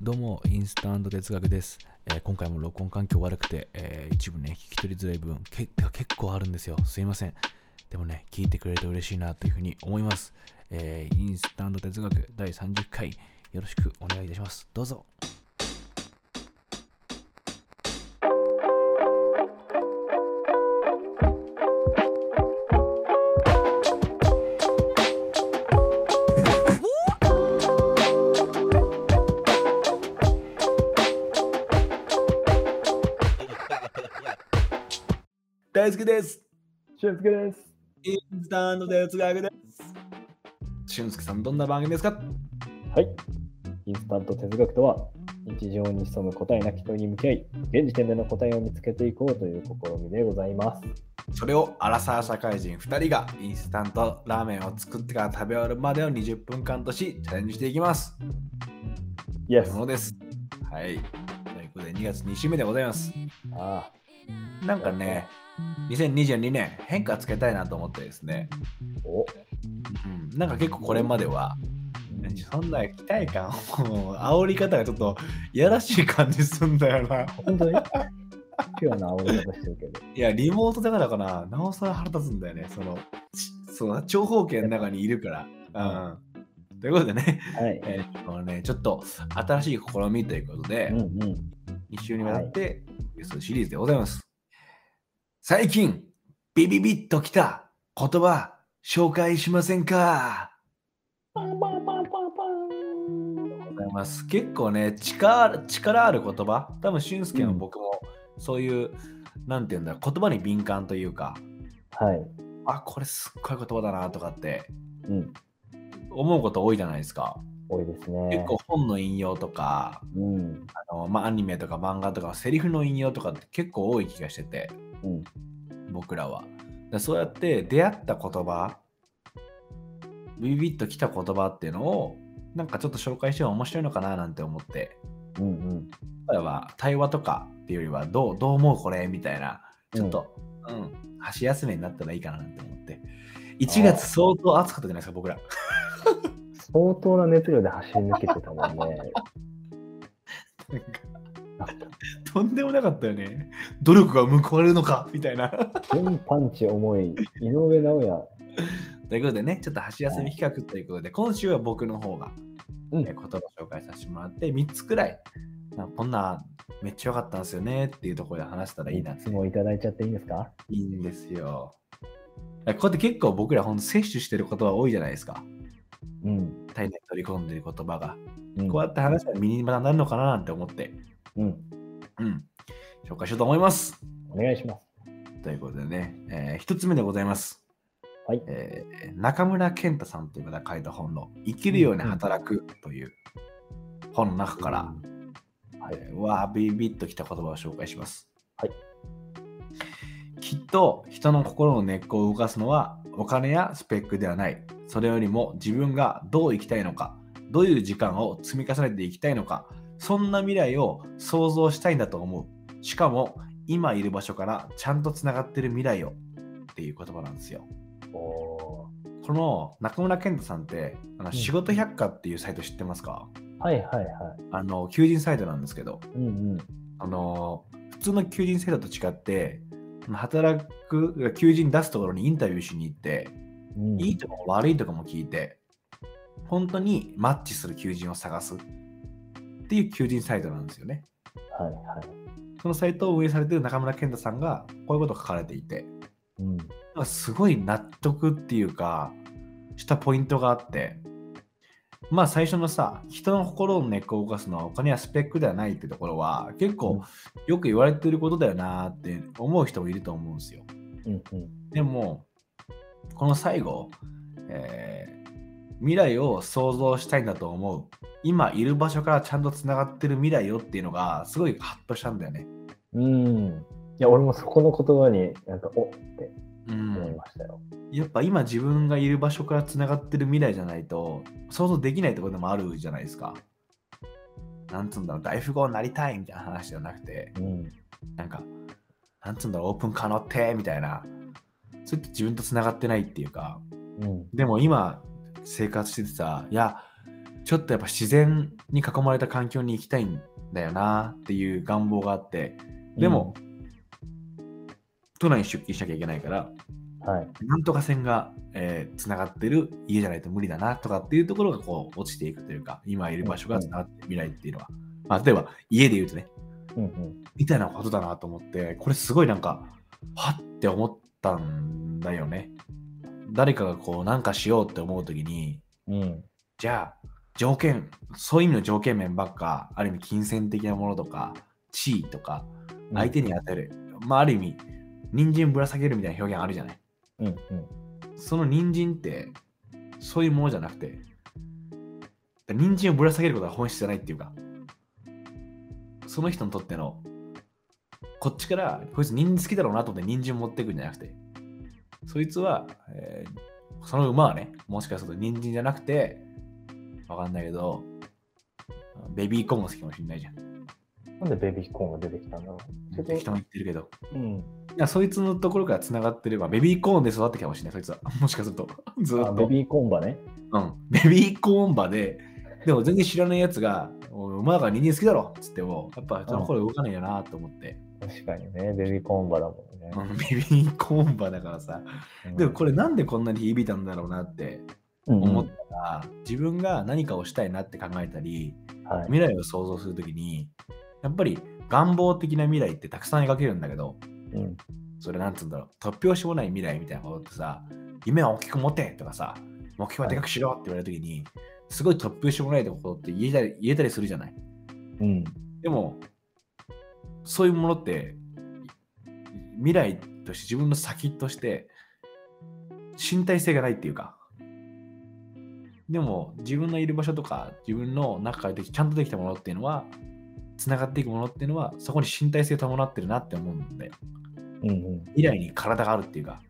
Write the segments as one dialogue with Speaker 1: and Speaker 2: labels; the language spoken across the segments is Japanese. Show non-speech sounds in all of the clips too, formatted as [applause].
Speaker 1: どうも、インスタント哲学です。えー今回も録音環境悪くて、えー一部ね、聞き取りづらい分、けてか結構あるんですよ。すいません。でもね、聞いてくれて嬉しいなというふうに思います。えーインスタント哲学第30回、よろしくお願いいたします。どうぞ。
Speaker 2: 大好きです。
Speaker 3: 俊介です。
Speaker 2: インスタント哲学です。
Speaker 1: 俊介さん、どんな番組ですか
Speaker 3: はい。インスタント哲学とは、日常に潜む答えなき問いに向き合い、現時点での答えを見つけていこうという試みでございます。
Speaker 1: それをアラサー社会人2人がインスタントラーメンを作ってから食べ終わるまでを20分間とし、チャレンジしていきます。
Speaker 3: イエス
Speaker 1: も。のです。はい。ということで、2月2週目でございます。
Speaker 3: あ
Speaker 1: なんかね、2022年変化つけたいなと思ってですね、
Speaker 3: あ、お、
Speaker 1: うん、なんか結構これまでは、そんな期待感、もう煽り方がちょっといやらしい感じすんだよな。
Speaker 3: 本当に [laughs] ピュアな煽り方してるけど。
Speaker 1: いや、リモートだからかな、なおさら腹立つんだよね、その、ちその長方形の中にいるから。うん。ということでね、
Speaker 3: はい。
Speaker 1: えーこのねちょっと新しい試みということで、
Speaker 3: うんうん。
Speaker 1: 一週にわたってニュースシリーズでございます。最近、ビビビッときた言葉、紹介しませんか
Speaker 3: パンパンパンパンパ
Speaker 1: ございます結構ね力、力ある言葉、多分俊介も
Speaker 3: うん
Speaker 1: 僕も、そういう、なんて言うんだろう、言葉に敏感というか、
Speaker 3: ン。はい。
Speaker 1: あ、これすっごい言葉だなとかって
Speaker 3: うん。
Speaker 1: 思うこと多いじゃないですか。
Speaker 3: 多いですね。
Speaker 1: 結構。本の引用とか、
Speaker 3: うん。
Speaker 1: あのまあ、アニメとか漫画とか、セリフの引用とかって結構多い気がしてて。
Speaker 3: うん。
Speaker 1: 僕らは。だからそうやって出会った言葉、ビビビッときた言葉っていうのを、なんかちょっと紹介しても面白いのかななんて思って、
Speaker 3: うんうん。
Speaker 1: 今回は対話とかっていうよりは、どうどう思うこれみたいな、ちょっと、うん、箸休めになったらいいかななんて思って。1
Speaker 3: あー
Speaker 1: 月相当暑かったじゃないですか、僕ら。 [laughs]
Speaker 3: 相当な熱量で走り抜けてたもんね。 [laughs]
Speaker 1: なんかとんでもなかったよね。努力が報われるのかみたいな。
Speaker 3: 全パンチ重い。井上尚弥。
Speaker 1: ということでね、ちょっと箸休み企画ということで、今週は僕の方が、
Speaker 3: うん
Speaker 1: えー言葉紹介させてもらって、3つくらい、なんかこんなめっちゃ良かったんですよねっていうところで話したらいいなって
Speaker 3: 質問いただいちゃっていいですか
Speaker 1: いいんですよ。こうやって結構僕らほんと摂取してる言葉多いじゃないですか。
Speaker 3: うん。
Speaker 1: 体内に取り込んでる言葉が。
Speaker 3: うん
Speaker 1: こうやって話したら身にまたなるのかななんて思って、
Speaker 3: うん。
Speaker 1: うん、紹介しようと思います。
Speaker 3: お願いします。
Speaker 1: ということでね、え1つ目でございます。
Speaker 3: はい
Speaker 1: えー中村健太さんという方が書いた本の「生きるように働く」という本の中から、えーわービビッときた言葉を紹介します。
Speaker 3: はい
Speaker 1: きっと人の心の根っこを動かすのはお金やスペックではない。それよりも自分がどう生きたいのか、どういう時間を積み重ねていきたいのか、そんな未来を想像したいんだと思う。しかも今いる場所からちゃんとつながってる未来をっていう言葉なんですよ。
Speaker 3: お
Speaker 1: この中村健太さんってあの
Speaker 3: ん
Speaker 1: 仕事百科っていうサイト知ってますか、
Speaker 3: ーはいはいは
Speaker 1: あの求人サイトなんですけど、
Speaker 3: い。うん
Speaker 1: あの普通の求人制度と違ってあの働く求人出すところにインタビューしに行って、
Speaker 3: うん。うん、
Speaker 1: いいとこも悪いとこも聞いて本当にマッチする求人を探すっていう求人サイトなんですよね
Speaker 3: はいはい。
Speaker 1: そのサイトを運営されてる中村健太さんがこういうことを書かれていて
Speaker 3: うん。
Speaker 1: なんかすごい納得っていうかしたポイントがあってまあ最初のさ人の心の根っこを動かすのはお金やスペックではないってところは結構よく言われてることだよなーって思う人もいると思うんですよ
Speaker 3: うんうん。
Speaker 1: でもこの最後、えー未来を想像したいんだと思う今いる場所からちゃんとつながってる未来よっていうのがすごいハッとしたんだよね
Speaker 3: うん。いや、俺もそこの言葉に、なんか、おって
Speaker 1: う
Speaker 3: 思い
Speaker 1: ん
Speaker 3: ましたよ。
Speaker 1: やっぱ今自分がいる場所からつながってる未来じゃないと想像できないところでもあるじゃないですか。なんつうんだろう、大富豪になりたいみたいな話じゃなくて、
Speaker 3: うん。
Speaker 1: なんか、なんつうんだろう、オープン可能ってみたいな、そうやって自分とつながってないっていうか、
Speaker 3: うん。
Speaker 1: でも今生活しててさ、いや、ちょっとやっぱ自然に囲まれた環境に行きたいんだよなっていう願望があって、でも、都内に出勤しなきゃいけないから、
Speaker 3: うん、はい。
Speaker 1: なんとか線が、えー、つながってる家じゃないと無理だなとかっていうところがこう落ちていくというか、今いる場所がつながって未来っていうのは、まあ、例えば家で言うとね、
Speaker 3: うんうん。
Speaker 1: みたいなことだなと思って、これすごいなんか、はって思ったんだよね。誰かがこうなんかしようって思うときに、
Speaker 3: うん。
Speaker 1: じゃあ条件、そういう意味の条件面ばっか、ある意味金銭的なものとか、地位とか、相手に与える、まあある意味、人参ぶら下げるみたいな表現あるじゃない。
Speaker 3: うんうん。
Speaker 1: その人参って、そういうものじゃなくて、人参をぶら下げることが本質じゃないっていうか、その人にとっての、こっちから、こいつ人参好きだろうなと思って人参持ってくんじゃなくて、そいつは、えーその馬はね、もしかすると人参じゃなくて、わかんないけど、ベビーコーンが好きかもしれないじゃん。
Speaker 3: なんでベビーコーンが出てきたんだろう。
Speaker 1: 適当に言ってるけど。
Speaker 3: うん。
Speaker 1: いやそいつのところから繋がってれば、ベビーコーンで育ってきたかもしれない、そいつは。もしかすると。ずっ
Speaker 3: あ
Speaker 1: と。
Speaker 3: ベビーコーンばね。
Speaker 1: うん、ベビーコーン場で、でも全然知らないやつが、おいお前らが人間好きだろっつっても、やっぱその頃動かないよなと思って、
Speaker 3: 確かにね、ベビーコーンばだもんね。
Speaker 1: うんベビーコーン場だからさ、
Speaker 3: うん
Speaker 1: でもこれなんでこんなに響いたんだろうなって
Speaker 3: うんうん
Speaker 1: 思ったら、自分が何かをしたいなって考えたり、
Speaker 3: はい。
Speaker 1: 未来を想像するときに、やっぱり願望的な未来ってたくさん描けるんだけど、
Speaker 3: うん
Speaker 1: それなんつうんだろう、突拍子もない未来みたいなことってさ、夢は大きく持てとかさ、目標はでかくしろって言われたときに、すごい突拍子もないことって言えたり言えたりするじゃない。
Speaker 3: うん。
Speaker 1: でも、そういうものって、未来として、自分の先として、身体性がないっていうか、でも、自分のいる場所とか、自分の中からできちゃんとできたものっていうのは、つながっていくものっていうのは、そこに身体性を伴ってるなって思うんだよ。
Speaker 3: うんうん。
Speaker 1: 未来に体があるっていうか、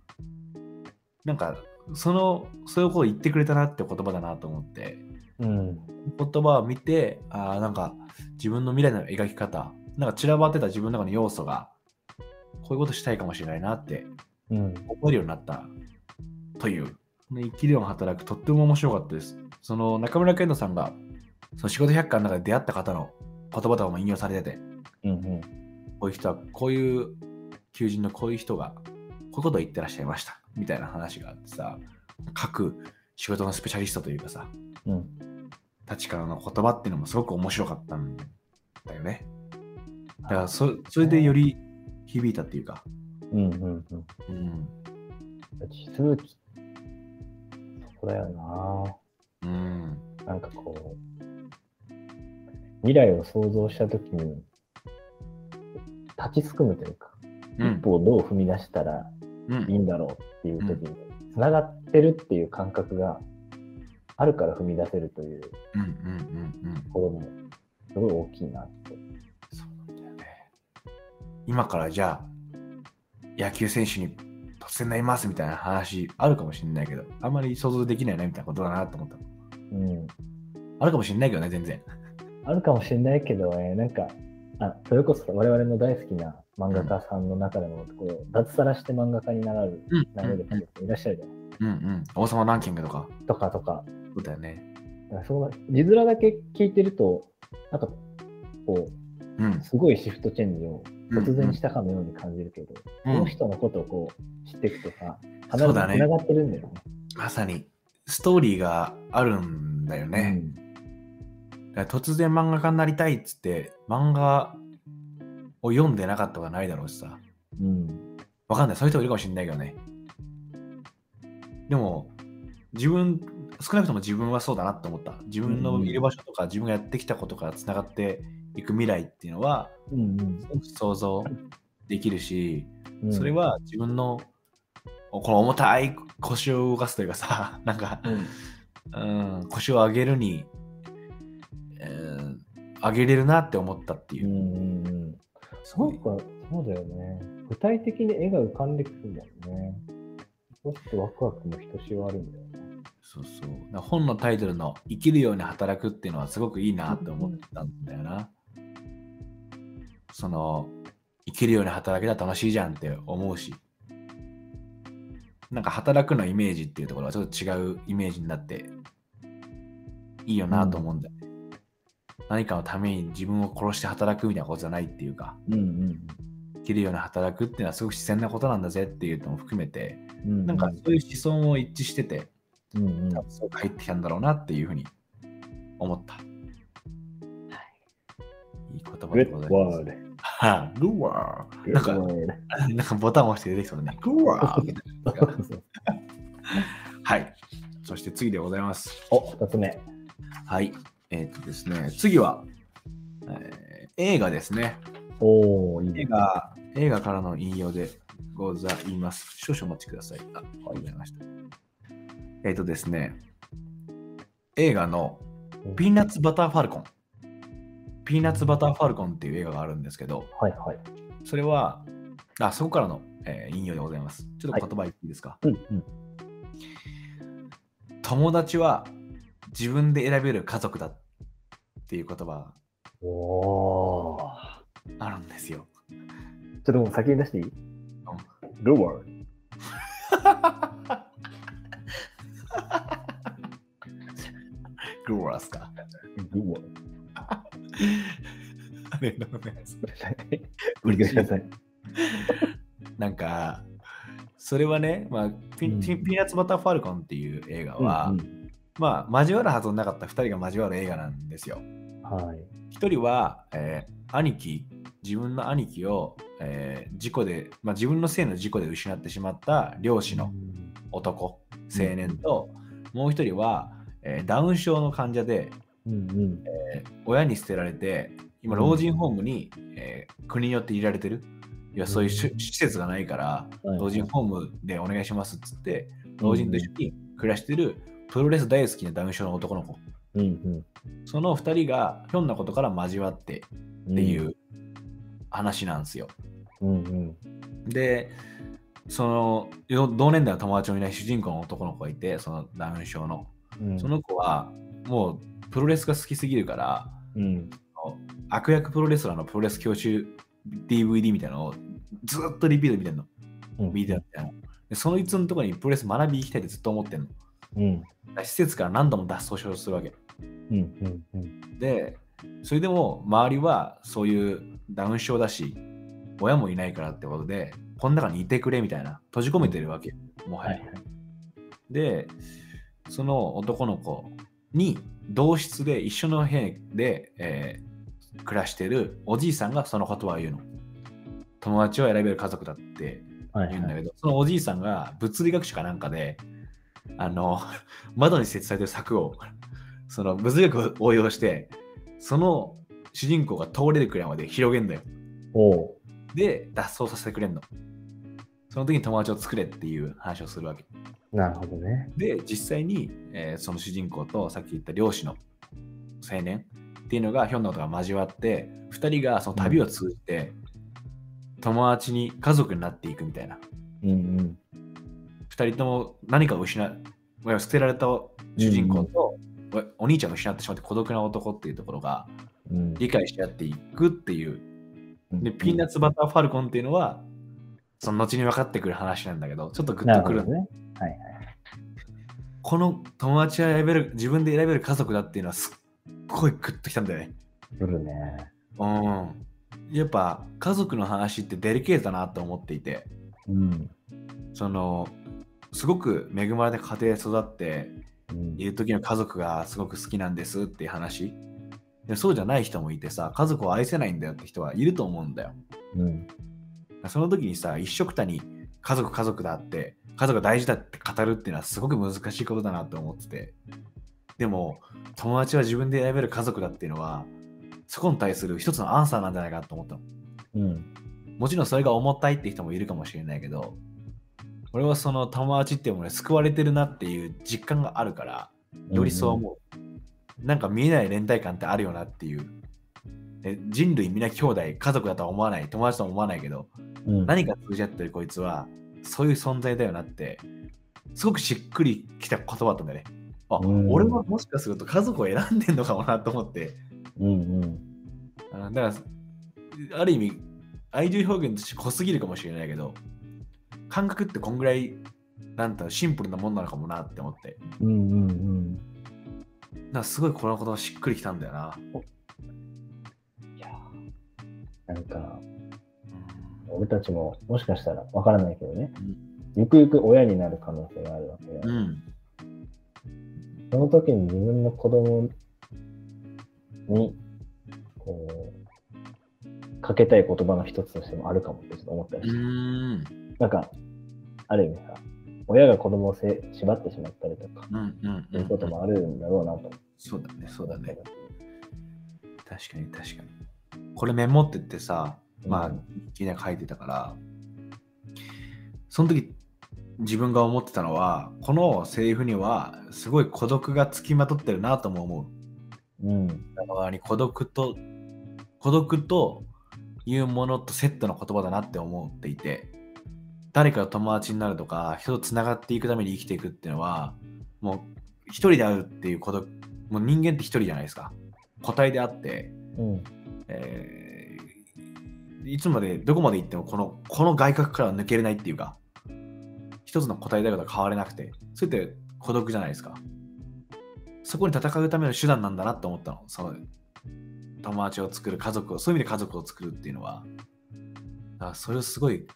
Speaker 1: なんか、その、そういうことを言ってくれたなって言葉だなと思って、
Speaker 3: うん。
Speaker 1: 言葉を見て、あーなんか自分の未来の描き方、なんか散らばってた自分の中の要素が、こういうことしたいかもしれないなって
Speaker 3: うん。
Speaker 1: 思えるようになったという、この生きるように働く、とっても面白かったです。その中村健人さんが、その仕事百科の中で出会った方の言葉とかも引用されてて、
Speaker 3: うんうん。
Speaker 1: こういう人は、こういう求人のこういう人が、こういうことを言ってらっしゃいました、みたいな話があってさ、各仕事のスペシャリストというかさ、
Speaker 3: うん。
Speaker 1: たちからの言葉っていうのもすごく面白かったんだよね。だからそそれでより響いたっていうか。
Speaker 3: うんうんうん。
Speaker 1: うん。
Speaker 3: 地続き。そこだよ
Speaker 1: うん。
Speaker 3: な。なんかこう、未来を想像したときに、立ちすくむというか、
Speaker 1: う
Speaker 3: 一
Speaker 1: ん。
Speaker 3: 歩をどう踏み出したら
Speaker 1: う
Speaker 3: いい
Speaker 1: ん。
Speaker 3: んだろうっていうときに、つながってるっていう感覚があるから踏み出せるというと
Speaker 1: うん。うん。うん。
Speaker 3: ころも、すごい大きいなって。
Speaker 1: そうなんだよね。今からじゃあ、野球選手に突然なりますみたいな話あるかもしれないけど、あんまり想像できないなみたいなことだなと思った。
Speaker 3: うん。
Speaker 1: あるかもしれないけどね、全然。
Speaker 3: あるかもしれないけど、えーなんかあ、それこそ我々の大好きな漫画家さんの中でも、こう脱サラして漫画家になられる、
Speaker 1: うん
Speaker 3: なられる方もいらっしゃるじゃない
Speaker 1: うんうん。王様ランキングとか。
Speaker 3: とかとか、
Speaker 1: そうだよね。
Speaker 3: だからその字面だけ聞いてると、なんか、こ
Speaker 1: うん
Speaker 3: う、。すごいシフトチェンジを
Speaker 1: うん
Speaker 3: 突然したかのように感じるけど、
Speaker 1: うん
Speaker 3: この人のことをこう知っていくとさ、
Speaker 1: そ
Speaker 3: 必ず
Speaker 1: う
Speaker 3: つ
Speaker 1: だね
Speaker 3: ながってるんだよね。
Speaker 1: まさに、ストーリーがあるんだよね。だから突然漫画家になりたいっつって漫画を読んでなかったことはないだろうしさ
Speaker 3: うん。うん。
Speaker 1: わかんないそういう人もいるかもしれないけどねでも自分少なくとも自分はそうだなって思った自分のいる場所とか自分がやってきたことからつながっていく未来っていうのは
Speaker 3: うんうん
Speaker 1: 想像できるし
Speaker 3: うん、
Speaker 1: それは自分のこの重たい腰を動かすというかさ [laughs] なんか
Speaker 3: うん、
Speaker 1: うん、腰を上げるに、えー上げれるなって思ったっていうう。
Speaker 3: んうんうん。
Speaker 1: す
Speaker 3: な
Speaker 1: ご
Speaker 3: ん
Speaker 1: い
Speaker 3: か、そうだよね。具体的に絵が浮かんでくるんだよね。ちょっとワクワクもひとしおあるんだよね。
Speaker 1: そうそう。だから本のタイトルの「生きるように働く」っていうのはすごくいいなって思ったんだよな。その、生きるように働けたら楽しいじゃんって思うし。なんか働くのイメージっていうところはちょっと違うイメージになっていいよなと思うんだよね。何かのために自分を殺して働くみたいなことじゃないっていうか、
Speaker 3: うんうん
Speaker 1: 生きるように働くっていうのはすごく自然なことなんだぜっていうのも含めて、
Speaker 3: うん。
Speaker 1: なんかそういう思想も一致してて、
Speaker 3: うんうん、
Speaker 1: 多分そう入ってきたんだろうなっていうふうに思った。いい言葉
Speaker 3: グ
Speaker 1: で
Speaker 3: ッ
Speaker 1: ご
Speaker 3: ド
Speaker 1: ざい
Speaker 3: ワ
Speaker 1: ま
Speaker 3: ー
Speaker 1: す。
Speaker 3: ル。
Speaker 1: はあグッワなんかー [laughs] なんかボタンを押して出てきそうだね。グッワーみたいなやつが [laughs] はい。そして次でございます。
Speaker 3: お、二つ目。
Speaker 1: はい。えーっとですね、次は、えー映画ですね。
Speaker 3: おお、いいね
Speaker 1: 映。画、映画からの引用でございます。少々お待ちください。あ、わかりました。えーっとですね、映画のピーナッツバターファルコン。ピーナッツバターファルコンっていう映画があるんですけど、
Speaker 3: はいはい。
Speaker 1: それは、あ、そこからの、えー引用でございます。ちょっと言葉言っていいですか、
Speaker 3: うんうん。
Speaker 1: 友達は自分で選べる家族だっていう言葉
Speaker 3: おおー。
Speaker 1: あるんですよ。
Speaker 3: ちょっともう先に出していいルワール。
Speaker 1: グローラスか。 [laughs]
Speaker 3: ルワール。
Speaker 1: ありがとうございます。
Speaker 3: ごめんなさい。
Speaker 1: なんか、それはね、まあピ
Speaker 3: うん
Speaker 1: ピピーナッツバターファルコンっていう映画は、
Speaker 3: うんうん
Speaker 1: まあ、交わるはずのなかった2人が交わる映画なんですよ。
Speaker 3: はい。
Speaker 1: 1人は、えー兄貴、自分の兄貴を、えー事故で、まあ、自分のせいの事故で失ってしまった漁師の男、青年と、もう1人は、えーダウン症の患者で、
Speaker 3: うんうん。
Speaker 1: 親に捨てられて今老人ホームに、えー国によって入れられてるいやそういうし、
Speaker 3: うん
Speaker 1: 施設がないから、
Speaker 3: はい
Speaker 1: 老人ホームでお願いしますっつって老人と一緒に暮らしてるプロレス大好きなダウン症の男の子
Speaker 3: うんうん。
Speaker 1: その2人がひょんなことから交わってっていう話なんですよ、
Speaker 3: うん
Speaker 1: でそのよ同年代の友達もいない主人公の男の子がいてそのダウン症の
Speaker 3: うん。
Speaker 1: その子はもうプロレスが好きすぎるから
Speaker 3: うん。
Speaker 1: 悪役プロレスラーのプロレス教習 DVD みたいなのをずっとリピート見てんの。
Speaker 3: うん
Speaker 1: ビデオみたいなの。で、そいつのところにプロレス学びに行きたいってずっと思ってんの。だか
Speaker 3: うん
Speaker 1: ら施設から何度も脱走しようとするわけ。
Speaker 3: うんうん。
Speaker 1: で、それでも周りはそういうダウン症だし、親もいないからってことで、この中にいてくれみたいな、閉じ込めてるわけ。もは
Speaker 3: は
Speaker 1: や。
Speaker 3: いはい。
Speaker 1: で、その男の子に同室で一緒の部屋で、えー暮らしてるおじいさんがその言葉を言うの。友達を選べる家族だって
Speaker 3: はい
Speaker 1: 言うんだ
Speaker 3: は
Speaker 1: け
Speaker 3: い。
Speaker 1: ど、そのおじいさんが物理学者かなんかで、あの、 [laughs] 窓に設置されてる柵を、その物理学を応用して、その主人公が通れるくらいまで広げんだよ。
Speaker 3: おお
Speaker 1: で、脱走させてくれんの。その時に友達を作れっていう話をするわけ。
Speaker 3: ー。なるほどね。
Speaker 1: で実際に、えーその主人公とさっき言った漁師の青年っていうのがひょんなことが交わって2人がその旅を通じて友達に家族になっていくみたいな
Speaker 3: うん
Speaker 1: 2人とも何かを失う親を捨てられた主人公と、おお兄ちゃんを失ってしまって孤独な男っていうところが
Speaker 3: うん。うん
Speaker 1: 理解し合っていくっていうでピーナッ
Speaker 3: ツ
Speaker 1: ツバターファルコンっていうのはその後に分かってくる話なんだけどちょっとグッとくるんだ
Speaker 3: ね。はい
Speaker 1: この友達は選べる自分で選べる家族だっていうのはすっごいグッときたんだよね。
Speaker 3: はい。来るね。
Speaker 1: うん。やっぱ家族の話ってデリケートだなと思っていて、
Speaker 3: うん。
Speaker 1: そのすごく恵まれた家庭で育って
Speaker 3: うん
Speaker 1: いる時の家族がすごく好きなんですっていう話。でそうじゃない人もいてさ、家族を愛せないんだよって人はいると思うんだよ。
Speaker 3: うん。
Speaker 1: その時にさ、一緒くたに家族家族だって、家族大事だって語るっていうのはすごく難しいことだなと思ってて。でも、友達は自分で選べる家族だっていうのは、そこに対する一つのアンサーなんじゃないかと思ったの。
Speaker 3: うん。
Speaker 1: もちろんそれが重たいって人もいるかもしれないけど、俺はその友達っていうものに救われてるなっていう実感があるから、よりそう思う。なんか見えない連帯感ってあるよなっていう。で人類みんな兄弟、家族だとは思わない、友達とは思わないけど、
Speaker 3: うん。うん。
Speaker 1: 何か通じ合ってるこいつはそういう存在だよなってすごくしっくりきた言葉だったんだよね。あ、
Speaker 3: うん
Speaker 1: 俺はもしかすると家族を選んでんのかもなと思って
Speaker 3: うんうん。
Speaker 1: あのだからある意味愛情表現として濃すぎるかもしれないけど感覚ってこんぐらいなんていうのシンプルなもんなのかもなって思って
Speaker 3: うんうんうん。
Speaker 1: なんかすごいこの言葉しっくりきたんだよな。
Speaker 3: いやーなんか、俺たちももしかしたらわからないけどね、ゆくゆく親になる可能性があるわけで、
Speaker 1: うん。
Speaker 3: その時に自分の子供に、こう、かけたい言葉の一つとしてもあるかもってちょっと思ったり
Speaker 1: う
Speaker 3: して、
Speaker 1: ん。
Speaker 3: なんか、ある意味さ、親が子供をせ縛ってしまったりとか、
Speaker 1: うんうん
Speaker 3: そういうこともあるんだろうなと思って。
Speaker 1: そうだね、そうだね。確かに確かに。これメモってってさ、
Speaker 3: うん
Speaker 1: まあ、いきなり書いてたから、その時自分が思ってたのは、このセリフにはすごい孤独がつきまとってるなとも思う。
Speaker 3: うん。
Speaker 1: だからに孤独と、孤独というものとセットの言葉だなって思っていて、誰かと友達になるとか、人とつながっていくために生きていくっていうのは、もう一人であるっていう孤独、もう人間って一人じゃないですか。個体であって、
Speaker 3: うん。
Speaker 1: えーいつまでどこまで行ってもこのこの外角からは抜けれないっていうか一つの答えだけと変われなくてそれって孤独じゃないですかそこに戦うための手段なんだなと思ったのその友達を作る家族をそういう意味で家族を作るっていうのはだからそれをすごい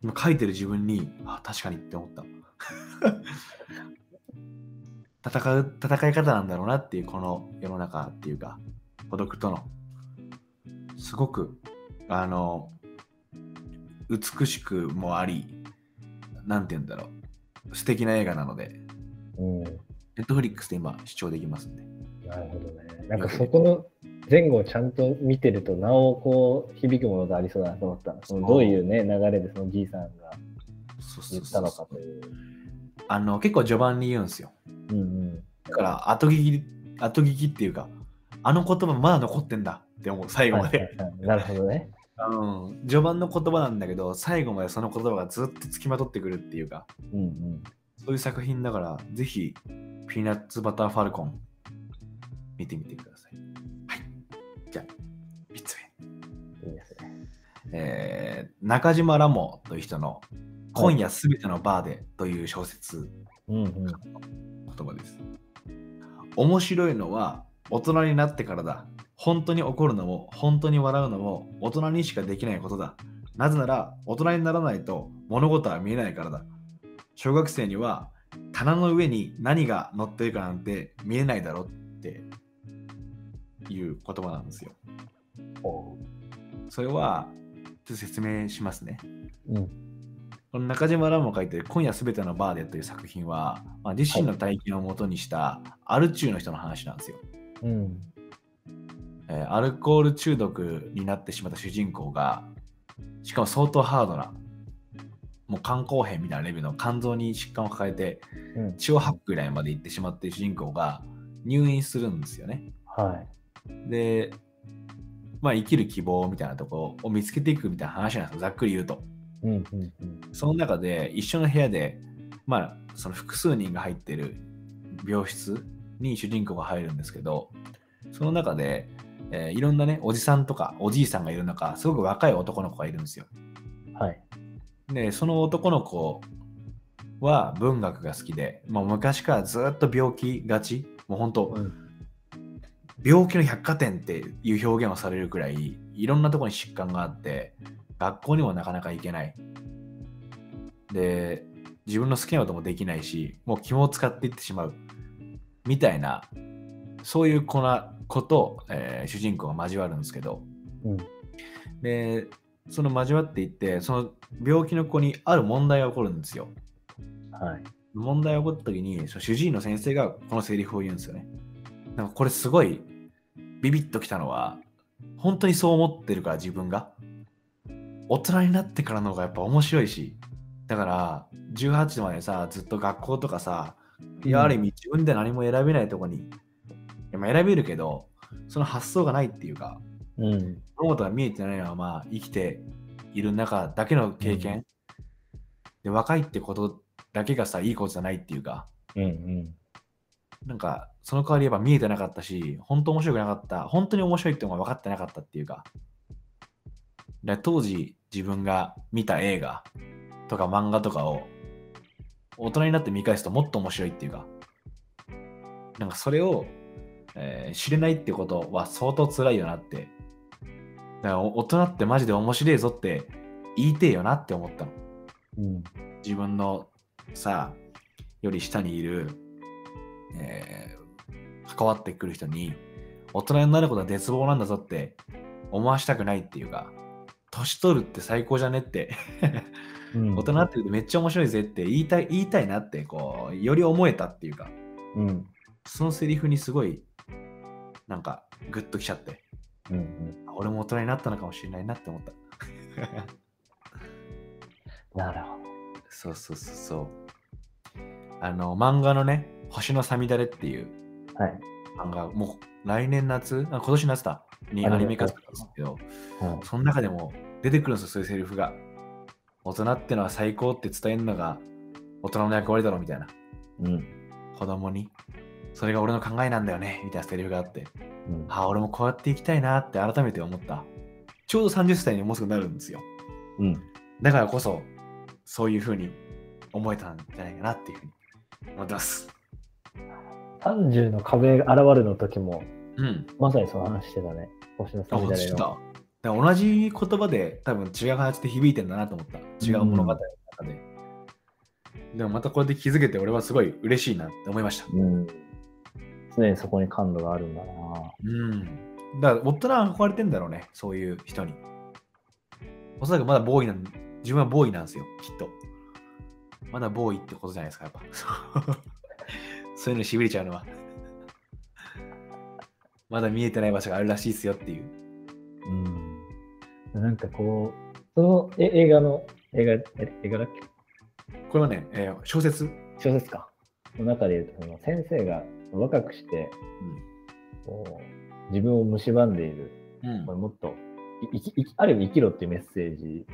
Speaker 1: 今書いてる自分にあ確かにって思った [laughs] 戦う戦い方なんだろうなっていうこの世の中っていうか孤独とのすごくあの美しくもありなんて言うんだろう素敵な映画なので
Speaker 3: うん。
Speaker 1: ネットフリックスで今視聴できますんで
Speaker 3: なるほどね。なんかそこの前後をちゃんと見てると、なおこう、響くものがありそうだなと思った。そのどういうね、流れでそのじいさんが
Speaker 1: そうそ
Speaker 3: 言っ
Speaker 1: う
Speaker 3: た
Speaker 1: そう
Speaker 3: の
Speaker 1: そ
Speaker 3: か
Speaker 1: う
Speaker 3: という。
Speaker 1: あの結構序盤に言うんですよ
Speaker 3: うんうん。
Speaker 1: だから後聞き後聞きっていうかあの言葉まだ残ってんだって思う最後まで、
Speaker 3: はいはいはいなるほどね。
Speaker 1: うん、序盤の言葉なんだけど最後までその言葉がずっとつきまとってくるっていうか
Speaker 3: うんうん。
Speaker 1: そういう作品だから、ぜひ、ピーナッツバターファルコン、見てみてください。はい。じゃあ、3つ
Speaker 3: いいですね。
Speaker 1: 目。えー、中島ラモという人の、今夜すべてのバーでという小説、
Speaker 3: うんうん。
Speaker 1: 言葉です。面白いのは、大人になってからだ。本当に怒るのも、本当に笑うのも、大人にしかできないことだ。なぜなら、大人にならないと物事は見えないからだ。小学生には、棚の上に何が乗ってるかなんて見えないだろっていう言葉なんですよ。
Speaker 3: ほ
Speaker 1: それは、ちょっと説明しますね。
Speaker 3: ううん。
Speaker 1: この中島ラモが書いてる「今夜すべてのバーで」という作品は、まあ、自身の体験をもとにしたアル中の人の話なんですよ、
Speaker 3: うん。
Speaker 1: えーアルコール中毒になってしまった主人公がしかも相当ハードなもう肝硬変みたいなレベルの肝臓に疾患を抱えて
Speaker 3: うん。
Speaker 1: 血を吐くぐらいまで行ってしまっている主人公が入院するんですよね
Speaker 3: はい。
Speaker 1: で、まあ、生きる希望みたいなとこを見つけていくみたいな話なんですよざっくり言うと
Speaker 3: うんうんうん。
Speaker 1: その中で一緒の部屋で、まあ、その複数人が入ってる病室に主人公が入るんですけど、その中で、えーいろんなね、おじさんとかおじいさんがいる中、すごく若い男の子がいるんですよ。
Speaker 3: はい。
Speaker 1: で、その男の子は文学が好きで、もう昔からずっと病気がち、もう本当、
Speaker 3: うん
Speaker 1: 病気の百貨店っていう表現をされるくらいいろんなところに疾患があって学校にもなかなか行けないで自分の好きなこともできないしもう肝を使っていってしまうみたいなそういう子な子と、えー主人公が交わるんですけど、
Speaker 3: うん
Speaker 1: でその交わっていってその病気の子にある問題が起こるんですよ
Speaker 3: はい。
Speaker 1: 問題が起こった時にその主治医の先生がこのセリフを言うんですよね。なんかこれすごいビビッときたのは本当にそう思ってるから自分が大人になってからの方がやっぱ面白いしだから18までさずっと学校とかさいやある意味自分で何も選べないとこに、いやまあ選べるけどその発想がないっていうか
Speaker 3: うん。
Speaker 1: 物事が見えてないのはまあ生きている中だけの経験、で若いってことだけがさいいことじゃないっていうか
Speaker 3: うんうん。
Speaker 1: なんかその代わりやっぱ見えてなかったし本当面白くなかった本当に面白いっていうのが分かってなかったっていうかで当時自分が見た映画とか漫画とかを大人になって見返すともっと面白いっていうかなんかそれを、えー知れないってことは相当辛いよなって。だからお大人ってマジで面白いぞって言いてえよなって思ったの。
Speaker 3: うん。
Speaker 1: 自分のさ、より下にいる、えー関わってくる人に、大人になることは絶望なんだぞって思わしたくないっていうか、年取るって最高じゃねって。
Speaker 3: うん
Speaker 1: 大人になってるとめっちゃ面白いぜって言いたい言いたいなってこうより思えたっていうか
Speaker 3: うん。うん
Speaker 1: そのセリフにすごいなんかグッときちゃって
Speaker 3: うん。
Speaker 1: あ俺も大人になったのかもしれないなって思った
Speaker 3: なるほど。
Speaker 1: そうそうそうそうあの漫画のね「星のさみだれ」っていう
Speaker 3: はい。
Speaker 1: 漫画もう来年夏あ今年夏だにアニメ化するんですけど
Speaker 3: はい
Speaker 1: その中でも出てくるんですよそういうセリフが大人ってのは最高って伝えるのが大人の役割だろみたいな
Speaker 3: うん。
Speaker 1: 子供に、それが俺の考えなんだよね、みたいなセリフがあって、
Speaker 3: うん
Speaker 1: ああ、俺もこうやって生きたいなって改めて思った。ちょうど30歳にもうすぐなるんですよ。
Speaker 3: うん。
Speaker 1: だからこそ、そういうふうに思えたんじゃないかなっていうふうに思ってます。
Speaker 3: 30の壁が現れの時も、
Speaker 1: うん。
Speaker 3: まさにその話してたね。星の
Speaker 1: あ、
Speaker 3: さみ
Speaker 1: ほん
Speaker 3: だ
Speaker 1: と
Speaker 3: れ
Speaker 1: 知った。
Speaker 3: の。
Speaker 1: だから同じ言葉で多分違う形で響いてんだなと思った。違う物語の中で。でもまたこれで気づけて俺はすごい嬉しいなって思いました。
Speaker 3: うん。常にそこに感度があるんだな。
Speaker 1: うん。だから、大人は憧れてんだろうね、そういう人に。おそらくまだボーイなん、自分はボーイなんですよ、きっと。まだボーイってことじゃないですか、やっぱ。 [laughs] そういうのしびれちゃうのは。まだ見えてない場所があるらしいですよっていう。
Speaker 3: うん。なんかこう、そのえ映画の、映画、え映画だっけ
Speaker 1: これはね、えー小説。
Speaker 3: 小説か。の中で言うと、その先生が若くして、こう自分を蝕んでいる、
Speaker 1: うん。うん
Speaker 3: まあ、もっとい生き生きある意味生きろっていうメッセージ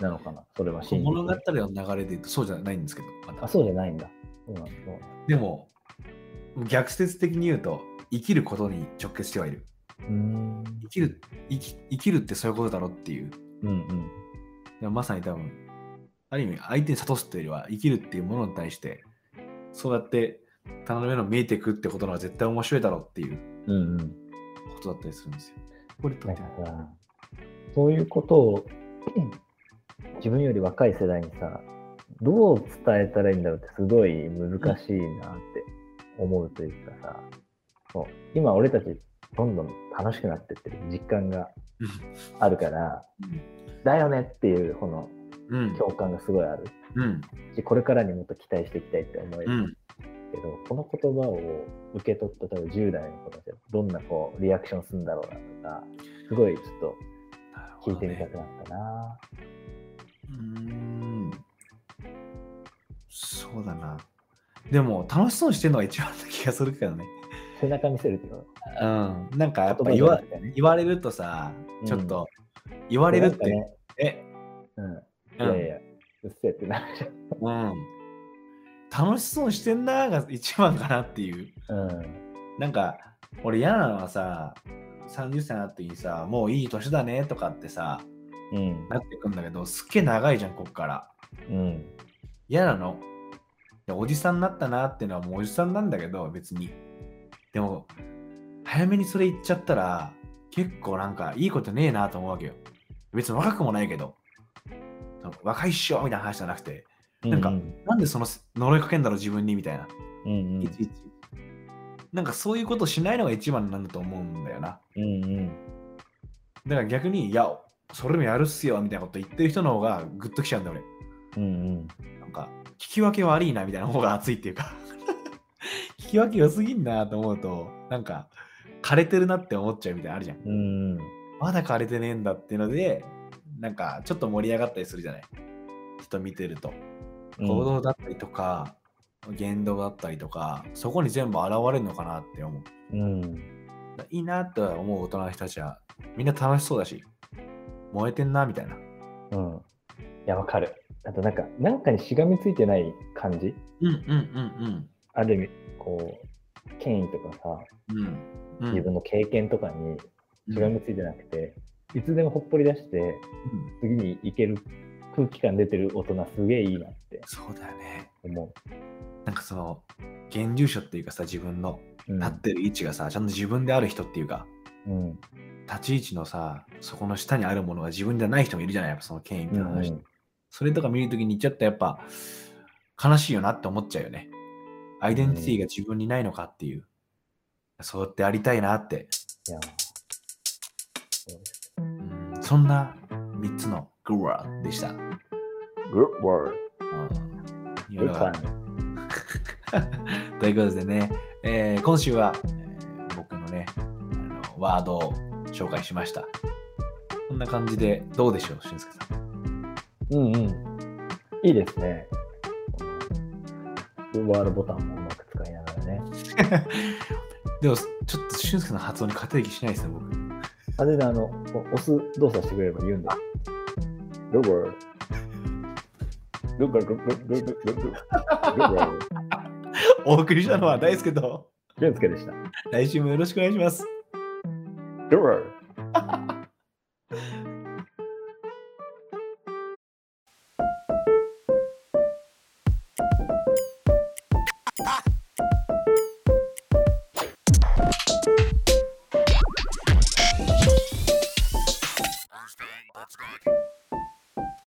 Speaker 3: なのかな、それは真
Speaker 1: 物語
Speaker 3: 実
Speaker 1: の流れで言うとそうじゃないんですけど、また
Speaker 3: あ、そうじゃないんだ。そうなんだそうなんだ
Speaker 1: でも、逆説的に言うと、生きることに直結してはいる。
Speaker 3: うーん
Speaker 1: 生きる、生き生きるってそういうことだろっていう。
Speaker 3: うん
Speaker 1: でもまさに多分、ある意味相手に諭すというよりは生きるっていうものに対して、そうやって棚の目の見えていくってことの方が絶対面白いだろうっていう
Speaker 3: うん。うんうん。
Speaker 1: ことだったりするんですよ。これと
Speaker 3: なんかさ、そういうことを自分より若い世代にさ、どう伝えたらいいんだろうってすごい難しいなって思うというかさ、そう今俺たちどんどん楽しくなってってる実感があるから、だよねっていうこの
Speaker 1: うん、
Speaker 3: 共感がすごいある
Speaker 1: うん、
Speaker 3: しこれからにもっと期待していきたいって思え
Speaker 1: う
Speaker 3: る
Speaker 1: ん、
Speaker 3: けど、この言葉を受け取った多分10代の子たちはどんなこうリアクションするんだろうなとかすごいちょっ
Speaker 1: なる
Speaker 3: と聞
Speaker 1: ほ
Speaker 3: い
Speaker 1: ど
Speaker 3: てみた
Speaker 1: ね
Speaker 3: くなったな、
Speaker 1: うーん、そうだな。でも楽しそうにしてるのが一番な気がするけどね。
Speaker 3: 背中見せるっていうの
Speaker 1: うん、なんかやっぱ
Speaker 3: 言葉じ
Speaker 1: 言
Speaker 3: ゃな
Speaker 1: わ
Speaker 3: くてね
Speaker 1: 言われるとさ、ちょっと言われるって、
Speaker 3: なんか
Speaker 1: え、
Speaker 3: ね
Speaker 1: う
Speaker 3: うんん、いやいやうっせえってなるじ
Speaker 1: うん、楽しそうにしてんなーが一番かなっていう。
Speaker 3: ゃん、うん、
Speaker 1: なんか俺嫌なのはさ30歳になった時にさもういい年だねとかってさ
Speaker 3: うん
Speaker 1: なってくんだけどすっげえ長いじゃんこっから
Speaker 3: うん
Speaker 1: 嫌なのでおじさんになったなってのはもうおじさんなんだけど別にでも早めにそれ言っちゃったら結構なんかいいことねえなと思うわけよ別に若くもないけどその若いっしょみたいな話じゃなくてなんか
Speaker 3: うん
Speaker 1: なんでその呪いかけんだろう自分にみたいな
Speaker 3: うん
Speaker 1: いちいちなんかそういうことしないのが一番なんだと思うんだよな
Speaker 3: うんうん
Speaker 1: だから逆に、いや、それでもやるっすよみたいなこと言ってる人の方がグッときちゃうんだよ、
Speaker 3: うん
Speaker 1: 俺。なんか、聞き分け悪いなみたいな方が熱いっていうか、 [laughs] 聞き分け良すぎんなと思うと、なんか、枯れてるなって思っちゃうみたいなのあるじゃん。
Speaker 3: うんうん
Speaker 1: まだ枯れてねえんだっていうので、なんか、ちょっと盛り上がったりするじゃない。人見てると。
Speaker 3: うん
Speaker 1: 行動だったりとか、言動だったりとか、そこに全部現れるのかなって思う。
Speaker 3: うん
Speaker 1: いいなとは思う大人の人たちは、みんな楽しそうだし、燃えてんなみたいな。
Speaker 3: うんいやわかるあとなんかなんかにしがみついてない感じ
Speaker 1: うんうん
Speaker 3: ある意味こう権威とかさ
Speaker 1: うんうん。うん。
Speaker 3: 自分の経験とかに
Speaker 1: うん
Speaker 3: しがみついてなくて、いつでもほっぽり出して
Speaker 1: うん
Speaker 3: 次に行ける空気感出てる大人すげえいいなって
Speaker 1: そうだよね。
Speaker 3: 思
Speaker 1: なんかその現住所っていうかさ自分の
Speaker 3: うん
Speaker 1: 立ってる位置がさちゃんと自分である人っていうか
Speaker 3: うん
Speaker 1: 立ち位置のさそこの下にあるものが自分じゃない人もいるじゃないやっぱその権威み
Speaker 3: う
Speaker 1: たいな話、
Speaker 3: ん
Speaker 1: それとか見るときにちょっとやっぱ悲しいよなって思っちゃうよねアイデンティティが自分にないのかっていう、そうやってありたいなって
Speaker 3: いや
Speaker 1: うんそんな3つのグルワーでした、うん、
Speaker 3: Good word.
Speaker 1: 世
Speaker 3: Good
Speaker 1: の中
Speaker 3: one.
Speaker 1: ということでね、えー今週は、えー僕のねあのワードを紹介しましたこんな感じでどうでしょう俊介さん
Speaker 3: うんうん。いいですね。このワードボタンもうまく使いながらね。
Speaker 1: でもちょっと俊介の発音に勝てる気しないですね僕 [laughs]
Speaker 3: あれであの、お押す動作してくれれば言うんだ。Good word. Good word. Good word. Good word. Good word.
Speaker 1: お送りしたのは大輔と
Speaker 3: 俊介でした。
Speaker 1: 来週もよろしくお願いします
Speaker 3: Good word.